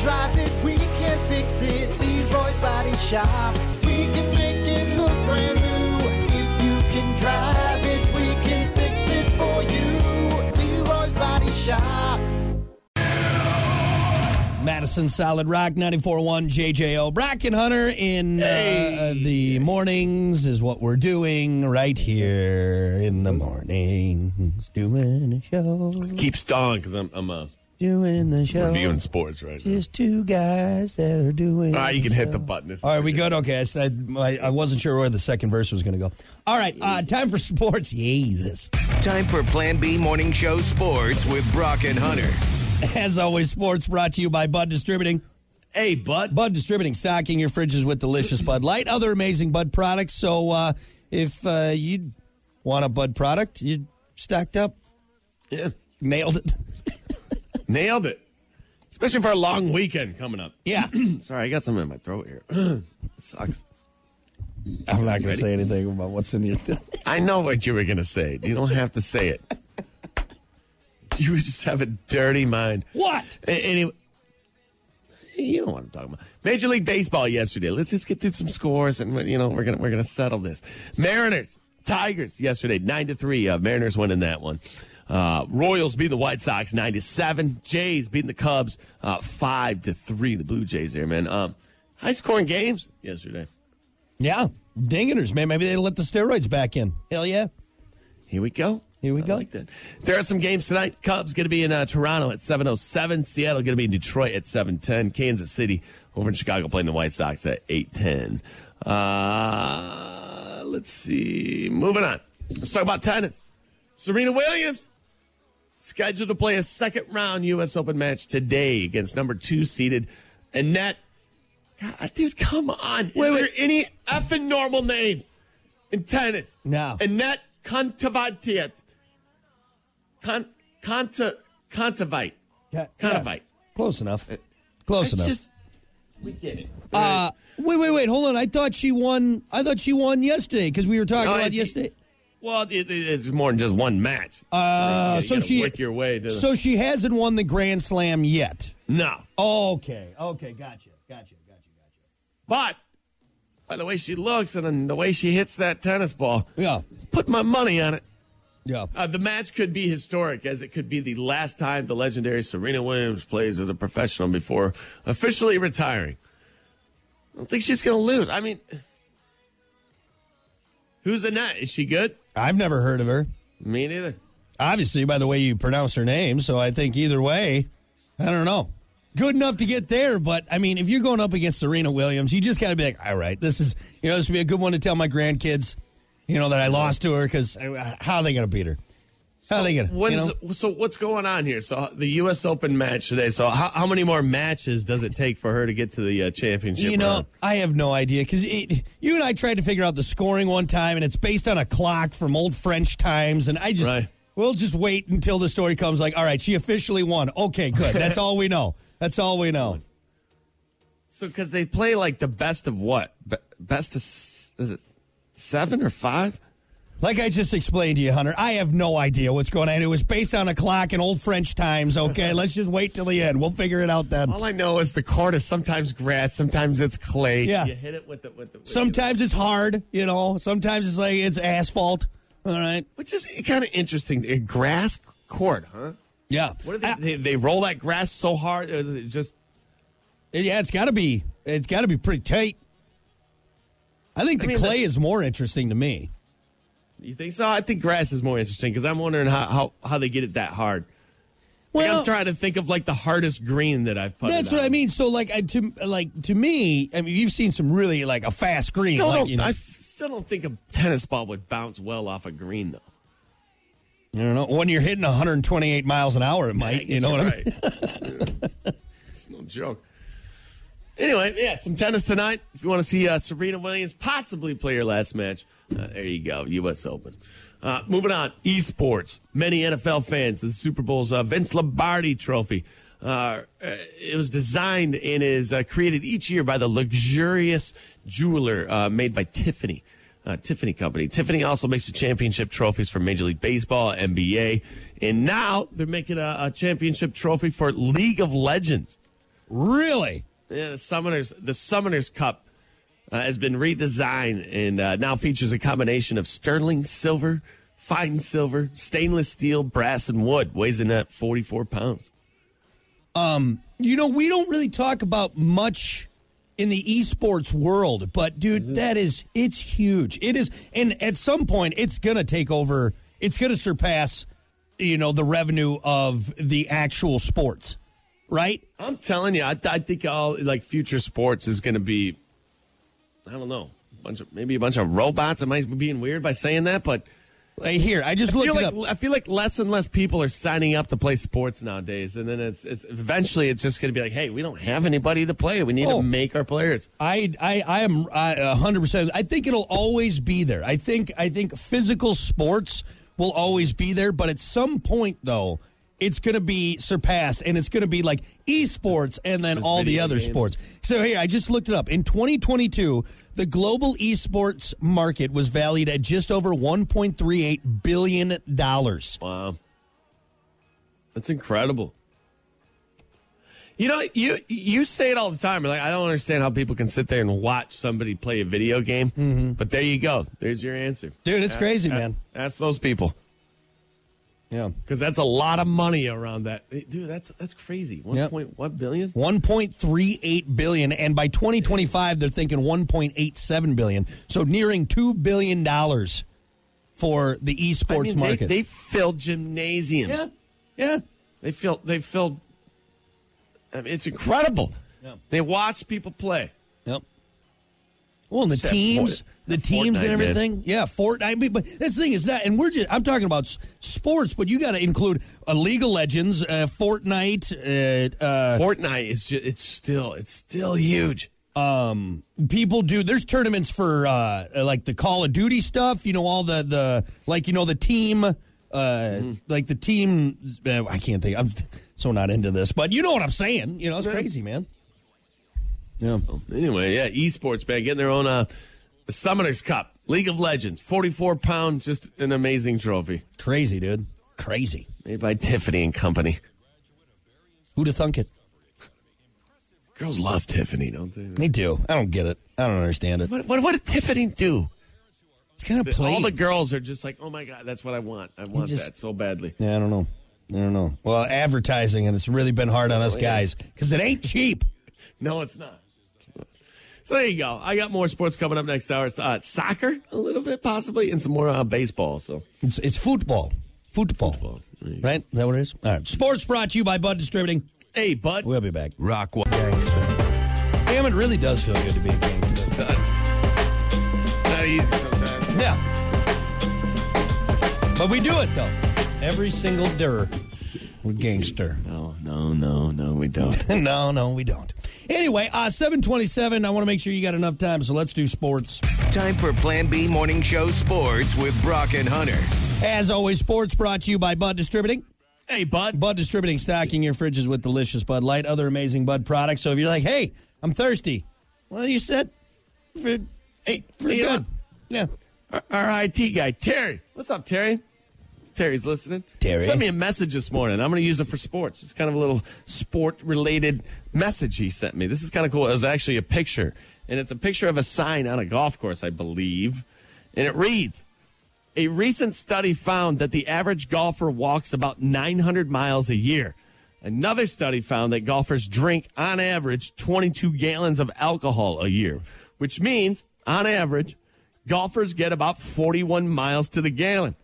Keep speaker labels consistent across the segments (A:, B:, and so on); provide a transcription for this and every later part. A: drive it, we can fix it. Leroy's Body Shop. We can make it look brand new. If you can drive it, we can fix it for you. Leroy's Body Shop.
B: Madison Solid Rock 94.1 JJO. Bracken Hunter in uh, the mornings is what we're doing right here in the mornings. Doing a show,
C: Keep stalling because I'm, I'm uh,
B: doing the show.
C: reviewing sports right now.
B: Just two guys that are doing.
C: Ah, you can hit the button. This is
B: All right, we good? Okay, I, said, I, I wasn't sure where the second verse was going to go. All right, uh, time for sports. Jesus.
D: Time for Plan B Morning Show Sports with Brock and Hunter.
B: As always, sports brought to you by Bud Distributing.
C: Hey, bud.
B: Bud Distributing, stocking your fridges with delicious Bud Light, other amazing Bud products. So uh, if uh, you want a Bud product, you stacked up,
C: Yeah.
B: nailed it.
C: Nailed it. Especially for our long weekend coming up.
B: yeah.
C: Sorry, I got something in my throat here. Sucks.
B: I'm not going to say anything about what's in your thing.
C: I know what you were going to say. You don't have to say it. You just have a dirty mind.
B: what?
C: A- Anyway, you know what I'm talking about. Major League Baseball yesterday. Let's just get through some scores, and you know we're gonna we're gonna settle this. Mariners, Tigers yesterday, nine to three. Uh, Mariners winning that one. Uh, Royals beat the White Sox nine to seven. Jays beating the Cubs uh, five to three. The Blue Jays there, man. Um, high scoring games yesterday.
B: Yeah. Dingeters, man. Maybe they let the steroids back in. Hell yeah.
C: Here we go.
B: Here we
C: I
B: go.
C: Like that. There are some games tonight. Cubs going to be in uh, Toronto at 7:07. Seattle going to be in Detroit at 7:10. Kansas City over in Chicago playing the White Sox at 8:10. Uh, let's see. Moving on. Let's talk about tennis. Serena Williams scheduled to play a second round U.S. Open match today against number two seeded Annette. God, dude, come on. Wait, Is there any effing normal names in tennis?
B: No.
C: Annette Contavatiet. Con, Conta, Contavite.
B: Yeah,
C: Kind of
B: yeah.
C: bite.
B: Close enough. Close
C: It's
B: enough.
C: just, we get it.
B: uh, wait, wait, wait. Hold on. I thought she won. I thought she won yesterday because we were talking
C: No,
B: about
C: she-
B: yesterday.
C: well, it, it- it's more than just one match.
B: Uh,
C: You
B: so
C: gotta
B: she
C: work your way to the-
B: so she hasn't won the Grand Slam yet.
C: no.
B: Okay. Okay. Gotcha. Gotcha. Gotcha. Gotcha.
C: But by the way she looks and then the way she hits that tennis ball,
B: Yeah.
C: put my money on it.
B: Yeah.
C: Uh, the match could be historic, as it could be the last time the legendary Serena Williams plays as a professional before officially retiring. I don't think she's going to lose. I mean, who's the net? Is she good?
B: I've never heard of her.
C: Me neither.
B: Obviously, by the way you pronounce her name. So I think either way, I don't know. Good enough to get there, but I mean, if you're going up against Serena Williams, you just got to be like, all right, this is, you know, this would be a good one to tell my grandkids, you know, that I lost to her because how are they going to beat her? How are they going to?
C: What
B: you know?
C: is- so what's going on here? So the U.S. Open match today. So how, how many more matches does it take for her to get to the uh, championship?
B: You know,
C: round?
B: I have no idea because you and I tried to figure out the scoring one time, and it's based on a clock from old French times, and I just
C: Right.
B: we'll just wait until the story comes. Like, all right, she officially won. Okay, good. That's all we know. That's all we know.
C: so because they play like the best of what? Be- best of s- is it seven or five?
B: Like I just explained to you, Hunter, I have no idea what's going on. It was based on a clock in old French times. Okay, let's just wait till the end. We'll figure it out then.
C: All I know is the court is sometimes grass, sometimes it's clay.
B: Yeah.
C: You hit it with the with the with the-
B: Sometimes it's hard, you know. Sometimes it's like it's asphalt. All right.
C: which is kind of interesting. A grass court, huh?
B: Yeah.
C: What are they,
B: I-
C: they? They roll that grass so hard, or is it just
B: Yeah, it's got to be. It's got to be pretty tight. I think the
C: mean,
B: clay
C: the-
B: is more interesting to me.
C: you think so? I think grass is more interesting because I'm wondering how, how how they get it that hard. Like, I'm trying to think of like the hardest green that I've putted.
B: that's what
C: on.
B: I mean. So, like, I, to like to me, I mean, you've seen some really like a fast green,
C: Still
B: like
C: don't,
B: you know,
C: I
B: I,
C: f- still don't think a tennis ball would bounce well off a green though.
B: don't know, when you're hitting 128 miles an hour, it might. you know what I mean?
C: it's no joke. Anyway, yeah, some tennis tonight. If you want to see uh, Serena Williams possibly play her last match, uh, there you go, U.S. Open. Uh, moving on, esports. Many NFL fans, the Super Bowl's uh, Vince Lombardi Trophy. Uh, uh, it was designed and is uh, created each year by the luxurious jeweler uh, made by Tiffany uh, Tiffany Company. Tiffany also makes the championship trophies for Major League Baseball, NBA, and now they're making a, a championship trophy for League of Legends.
B: Really?
C: Yeah, the uh, Summoners the Summoners Cup uh, has been redesigned and uh, now features a combination of sterling silver, fine silver, stainless steel, brass, and wood. Weighs in at 44 pounds.
B: You know, we don't really talk about much in the esports world, but
C: Mm-hmm.
B: dude, that is it's huge. It is and at some point it's going to take over. It's going to surpass you know the revenue of the actual sports, right?
C: I'm telling you, I, I think all like future sports is going to be, I don't know, a bunch of maybe a bunch of robots. Am I being weird by saying that? But
B: Hey, here, I just
C: I
B: looked
C: feel
B: it
C: like
B: up.
C: I feel like less and less people are signing up to play sports nowadays, and then it's, it's eventually it's just going to be like, hey, we don't have anybody to play. We need
B: Oh.
C: to make our players.
B: I I I am I- a hundred percent. I think it'll always be there. I think I think physical sports will always be there, but at some point though, it's going to be surpassed, and it's going to be like esports, and then
C: Just
B: all the
C: video
B: other
C: games.
B: sports. So here, I just looked it up. In 2022, the global esports market was valued at just over 1.38 billion dollars.
C: Wow. That's incredible. You know, you you say it all the time. Like, I don't understand how people can sit there and watch somebody play a video game. But there you go. There's your answer.
B: Dude, it's crazy, Mm-hmm. man.
C: That's those people.
B: Yeah,
C: Because that's a lot of money around that. Hey, Dude, that's that's crazy. One
B: Yep.
C: point what billion?
B: 1.38 billion and by 2025 they're thinking 1.87 billion so nearing 2 billion dollars for the esports
C: I mean, they-
B: market
C: They, filled gymnasiums.
B: yeah yeah
C: They filled they filled I mean it's incredible.
B: Yeah.
C: They watch people play.
B: yep well and the
C: Except
B: teams
C: Fort-
B: the teams
C: Fortnite,
B: and
C: man.
B: everything yeah fortnite I mean, but that's the thing is that and we're just i'm talking about s- sports but you got to include uh, league of legends uh, fortnite uh, uh,
C: Fortnite is just it's still it's still huge.
B: um people do there's tournaments for uh like the call of duty stuff you know all the the like you know the team uh
C: Mm-hmm.
B: like the team uh, i can't think i'm so not into this but you know what i'm saying you know it's crazy man yeah
C: Anyway, yeah, esports man getting their own uh Summoners Cup, League of Legends, 44 pound, just an amazing trophy
B: crazy dude crazy
C: made by Tiffany and Company.
B: who'd have thunk it
C: Girls love Tiffany, don't they?
B: they do i don't get it i don't understand it
C: What what, what did Tiffany do?
B: it's kind of plain
C: All the girls are just like, oh my god, that's what I want. I want
B: just-
C: that so badly.
B: yeah i don't know i don't know well advertising and it's really been hard on us
C: Oh, yeah.
B: guys because it ain't cheap
C: No, it's not. So there you go. I got more sports coming up next hour. It's, Uh, soccer, a little bit possibly, and some more uh, baseball. So
B: It's, it's football. Football.
C: Football. There you go.
B: Right? Is that what it is? All right. Sports brought to you by Bud Distributing.
C: hey, bud.
B: We'll be back.
D: Rock
B: Damn, it really does feel good to be a gangster.
C: It's not easy sometimes.
B: Yeah. But we do it, though. Every single dir. We're gangster.
C: No, no, no, no, we don't.
B: no, no, we don't. Anyway, uh, 727. I want to make sure you got enough time, so let's do sports.
D: Time for Plan B Morning Show Sports with Brock and Hunter.
B: As always, sports brought to you by Bud Distributing.
C: hey, bud.
B: Bud Distributing, stocking your fridges with delicious Bud Light, other amazing Bud products. So if you're like, hey, I'm thirsty, well, you said, for-
C: Hey,
B: for
C: hey,
B: good. Yeah.
C: uh, Our IT guy, Terry. What's up, Terry? Terry's listening.
B: Terry.
C: Send me a message this morning. I'm going to use it for sports. It's kind of a little sport related message he sent me. This is kind of cool. It was actually a picture, and it's a picture of a sign on a golf course, I believe. And it reads A recent study found that the average golfer walks about 900 miles a year. Another study found that golfers drink, on average, 22 gallons of alcohol a year, which means, on average, golfers get about 41 miles to the gallon.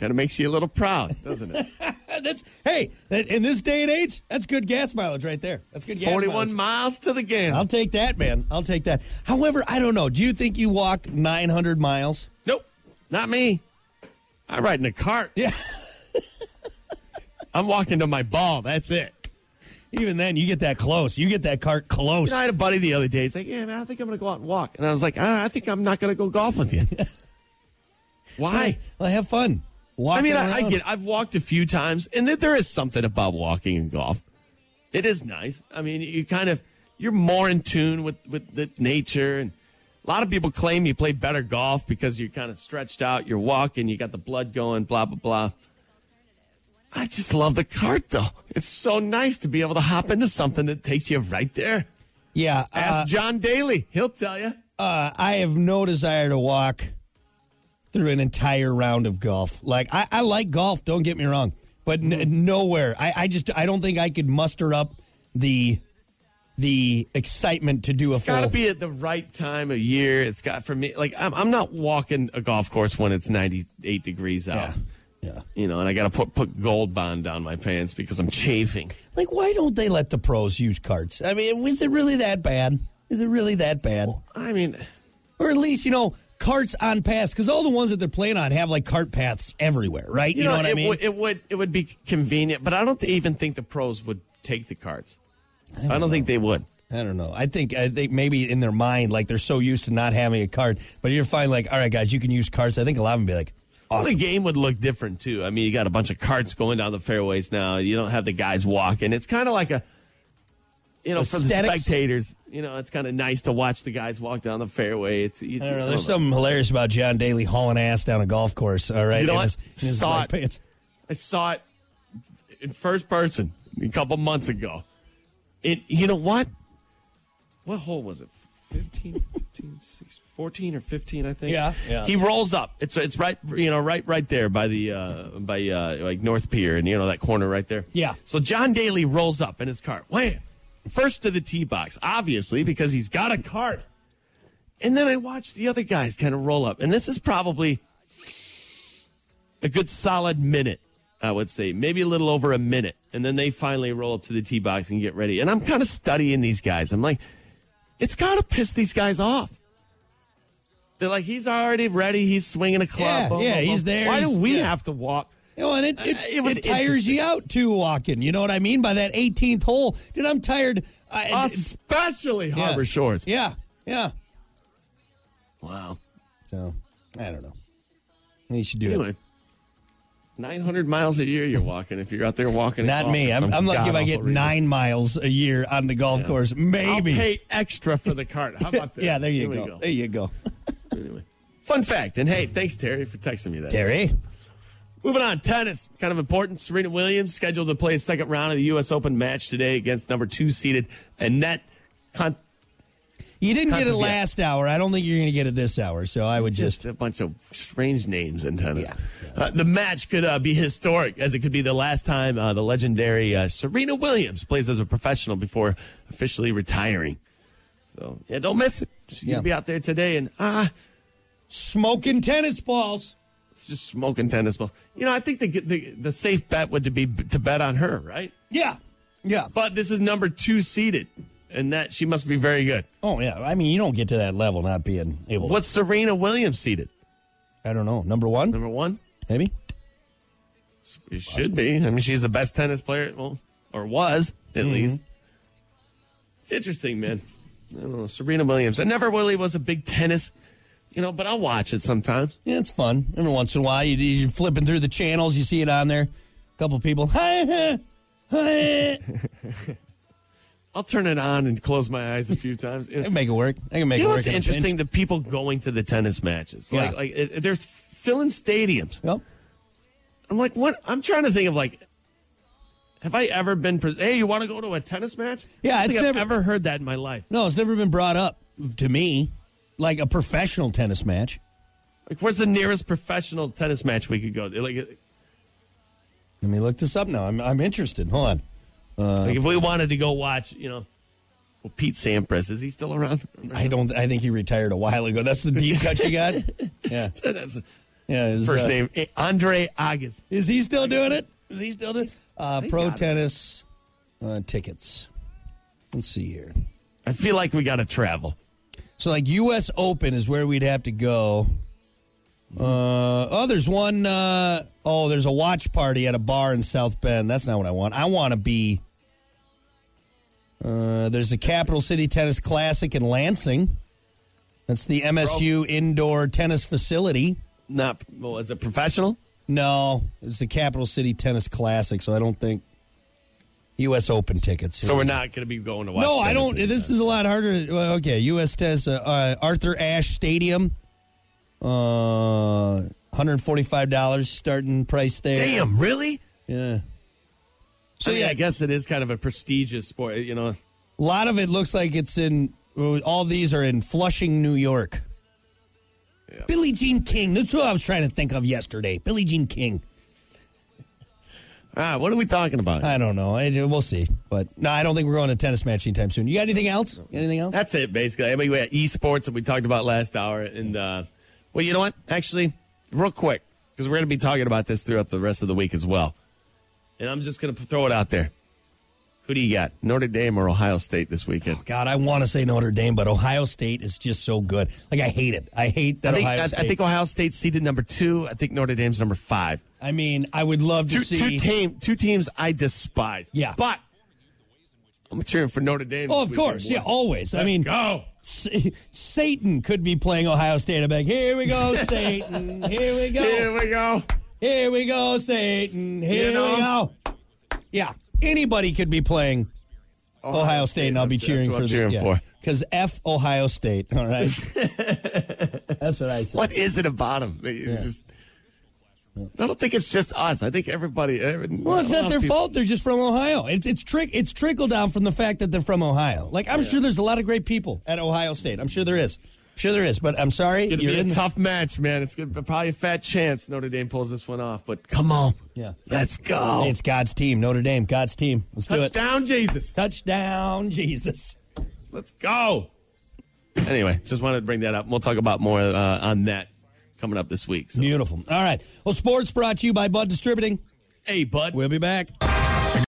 C: Kind of makes you a little proud, doesn't it?
B: Uh, That's hey, that, in this day and age, that's good gas mileage right there. That's good gas mileage.
C: 41 miles to the
B: I'll
C: gallon.
B: take that, man. I'll take that. However, I don't know. Do you think you walk 900 miles?
C: Nope, not me. I ride in a cart.
B: Yeah.
C: I'm walking to my ball. That's it.
B: Even then, you get that close. You get that cart close.
C: You know, I had a buddy the other day. He's like, "Yeah, man, I think I'm gonna go out and walk." And I was like, "Ah, "I think I'm not gonna go golf with you." Why?
B: Hey, well, have fun.
C: I
B: Walking
C: mean, I, I
B: around.
C: get. I've walked a few times, and that there is something about walking in golf. It is nice. I mean, you kind of you're more in tune with with the nature, and a lot of people claim you play better golf because you're kind of stretched out, you're walking, you got the blood going, blah blah blah. I just love the cart, though. It's so nice to be able to hop into something that takes you right there.
B: Yeah,
C: Ask
B: uh,
C: John Daly; he'll tell you.
B: uh, I have no desire to walk through an entire round of golf. Like I, I like golf. Don't get me wrong, but
C: Mm-hmm.
B: n- nowhere. I, I just I don't think I could muster up the the excitement to do a
C: It's got to
B: full.
C: be at the right time of year. It's got for me like I'm, I'm not walking a golf course when it's 98 degrees out.
B: yeah, yeah.
C: You know, and I got to put put gold bond down my pants because I'm chafing.
B: Like why don't they let the pros use carts? I mean, is it really that bad? Is it really that bad?
C: I mean,
B: Or at least you know carts on paths because all the ones that they're playing on have like cart paths everywhere, right? You, know, what
C: it
B: I mean?
C: Would, it would it would be convenient, but I don't even think the pros would take the carts. I don't, think they would.
B: I don't know. I think I think maybe in their mind, like they're so used to not having a card, but you're fine. Like, all right, guys, you can use cards. I think a lot of them be like,
C: The game would look different too. I mean, you got a bunch of carts going down the fairways now. You don't have the guys walking. It's kind of like a, you know, for the
B: Aesthetics?
C: spectators. You know, it's kind of nice to watch the guys walk down the fairway. It's you,
B: I don't know. There's something hilarious about John Daly hauling ass down a golf course. All right,
C: You know
B: in
C: what?
B: his- in his
C: Saw
B: black
C: it.
B: pants.
C: I saw it in first person a couple months ago. It, you know what? What hole was it? 15, 15, 16, 14 or 15, I think.
B: Yeah, yeah.
C: He rolls up. It's it's right you know right right there by the uh by uh like North Pier and you know that corner right there.
B: Yeah.
C: So John Daly rolls up in his cart. Wham! First to the tee box, obviously because he's got a cart. And then I watched the other guys kind of roll up. And this is probably a good solid minute, I would say, maybe a little over a minute. And then they finally roll up to the tee box and get ready. And I'm kind of studying these guys. I'm like, it's got to piss these guys off. They're like, he's already ready. He's swinging a club.
B: Yeah,
C: blah,
B: yeah,
C: blah, blah.
B: he's there.
C: Why
B: He's-
C: do we
B: yeah.
C: have to walk?
B: You know, and it, it,
C: Uh,
B: it,
C: it was
B: tires you out too walking. You know what I mean? By that 18th hole, dude, I'm tired. I,
C: Especially
B: yeah.
C: Harbor Shores.
B: Yeah, yeah.
C: Wow.
B: So I don't know. They should do it.
C: Anyway, 900 miles a year you're walking if you're out there walking.
B: Not me. I'm, I'm lucky if I get
C: nine.
B: nine miles a year on the golf course. Maybe.
C: I'll pay extra for the cart. How about that?
B: yeah, there you
C: we
B: go. There you go.
C: Anyway. Fun fact. And hey, thanks, Terry, for texting me that.
B: Terry.
C: Moving on, tennis. Kind of important. Serena Williams scheduled to play a second round of the U.S. Open match today against number two seeded Annette Con-
B: You didn't get it
C: Constantine.
B: last hour. I don't think you're going to get it this hour. So I would
C: just
B: just.
C: a bunch of strange names in tennis.
B: Yeah,
C: Uh, the match could uh, be historic, as it could be the last time uh, the legendary uh, Serena Williams plays as a professional before officially retiring. So, yeah, don't miss it. She's
B: Yeah.
C: going to be out there today, and ah,
B: Smoking tennis balls.
C: It's just smoking tennis balls. You know, I think the, the the safe bet would to be to bet on her, right?
B: Yeah. Yeah.
C: But this is number two seeded, and that she must be very good.
B: Oh, yeah. I mean, you don't get to that level not being able to.
C: What's Serena Williams seeded?
B: I don't know. Number one,
C: Number one,
B: maybe?
C: it should be. I mean, she's the best tennis player, well, or was at
B: Mm-hmm.
C: least. It's interesting, man. I don't know Serena Williams. I never really was a big tennis, you know, but I'll watch it sometimes.
B: Yeah, it's fun. Every once in a while, you, you're flipping through the channels. You see it on there. A couple people. Hi, hi, hi.
C: I'll turn it on and close my eyes a few times.
B: I can make it work. I can make
C: You
B: it
C: know
B: work.
C: what's
B: on a bench.
C: interesting? The people going to the tennis matches. Like,
B: Yeah.
C: like it, they're filling stadiums.
B: Yep.
C: I'm like, what? I'm trying to think of like, have I ever been? Pres- hey, you want to go to a tennis match?
B: Yeah,
C: I don't
B: it's
C: think
B: never-
C: I've ever heard that in my life.
B: No, it's never been brought up to me like a professional tennis match.
C: Like, where's the nearest professional tennis match we could go? to? Like,
B: Uh, Let me look this up now. I'm, I'm interested. Hold on.
C: like if we wanted to go watch, you know, well, Pete Sampras is he still around?
B: I don't. I think he retired a while ago. That's the deep cut you got. Yeah,
C: That's the
B: yeah. Is,
C: first
B: uh,
C: name Eh, Andre Agassi.
B: Is he still doing it? Is he still doing? Uh,
C: They
B: pro
C: got it.
B: tennis uh, tickets. Let's see here.
C: I feel like we got to travel.
B: So like U.S. Open is where we'd have to go. Uh, oh, there's one uh oh there's a watch party at a bar in South Bend. That's not what I want. I want to be. Uh, there's the Capital City Tennis Classic in Lansing. That's the MSU indoor tennis facility.
C: Not well, as a professional.
B: No, it's the Capital City Tennis Classic, so I don't think U.S. Open tickets.
C: So we're not going to be going to watch.
B: no, I
C: tennis
B: don't.
C: at the
B: This is a lot harder. well, Okay, U.S. Tennis, uh, uh, Arthur Ashe Stadium, uh, $145 starting price there.
C: Damn, really?
B: Yeah. So
C: I mean,
B: yeah,
C: I guess it is kind of a prestigious sport, you know.
B: a lot of it looks like it's in. All these are in Flushing, New York. Billie Jean King. That's who I was trying to think of yesterday. Billie Jean King.
C: Ah, what are we talking about?
B: I don't know. I, we'll see. But no, I don't think we're going to tennis match anytime soon. You got anything else? Anything else?
C: That's it, basically. I mean, we had esports that we talked about last hour, and uh, well, you know what? Actually, real quick, because we're going to be talking about this throughout the rest of the week as well. And I'm just going to throw it out there. Who do you got? Notre Dame or Ohio State this weekend?
B: God, I want to say Notre Dame, but Ohio State is just so good. Like I hate it. I hate
C: I
B: that
C: think,
B: Oh, Ohio
C: I,
B: State.
C: I think Ohio State's seeded number two. I think Notre Dame's number five.
B: I mean, I would love to
C: Two,
B: see.
C: two, team, two teams I despise.
B: Yeah.
C: But I'm cheering for Notre Dame.
B: oh,
C: this
B: of
C: weekend.
B: course, yeah, always. I mean,
C: Go.
B: S- Satan could be playing Ohio State. I'm like, here we go, Satan. Here we
C: Here
B: go.
C: we go.
B: Here we go, Satan. Here we
C: know?
B: go. Yeah, anybody could be playing Ohio State, and I'll be
C: That's
B: cheering
C: what
B: for
C: I'm cheering
B: the
C: for.
B: because F Ohio State. All right, that's what I said.
C: What is it about him? I don't think it's just us. I think everybody. every-
B: Well, it's
C: a lot
B: not
C: of
B: their
C: people-
B: fault. They're just from Ohio. It's it's trick. It's trickled down from the fact that they're from Ohio. Like I'm sure there's a lot of great people at Ohio State. I'm sure there is. I'm sure there is. But I'm sorry,
C: It's
B: you're
C: gonna be
B: in
C: a
B: the-
C: tough match, man. It's gonna be probably a fat chance Notre Dame pulls this one off. But come on,
B: Yeah.
C: let's go.
B: Hey, it's God's team, Notre Dame. God's team. Let's do it.
C: Touchdown, Jesus.
B: Touchdown, Jesus.
C: Let's go. Anyway, just wanted to bring that up. We'll talk about more uh, on that coming up this week. So.
B: Beautiful. All right. Well, sports brought to you by Bud Distributing.
C: Hey, bud.
B: We'll be back.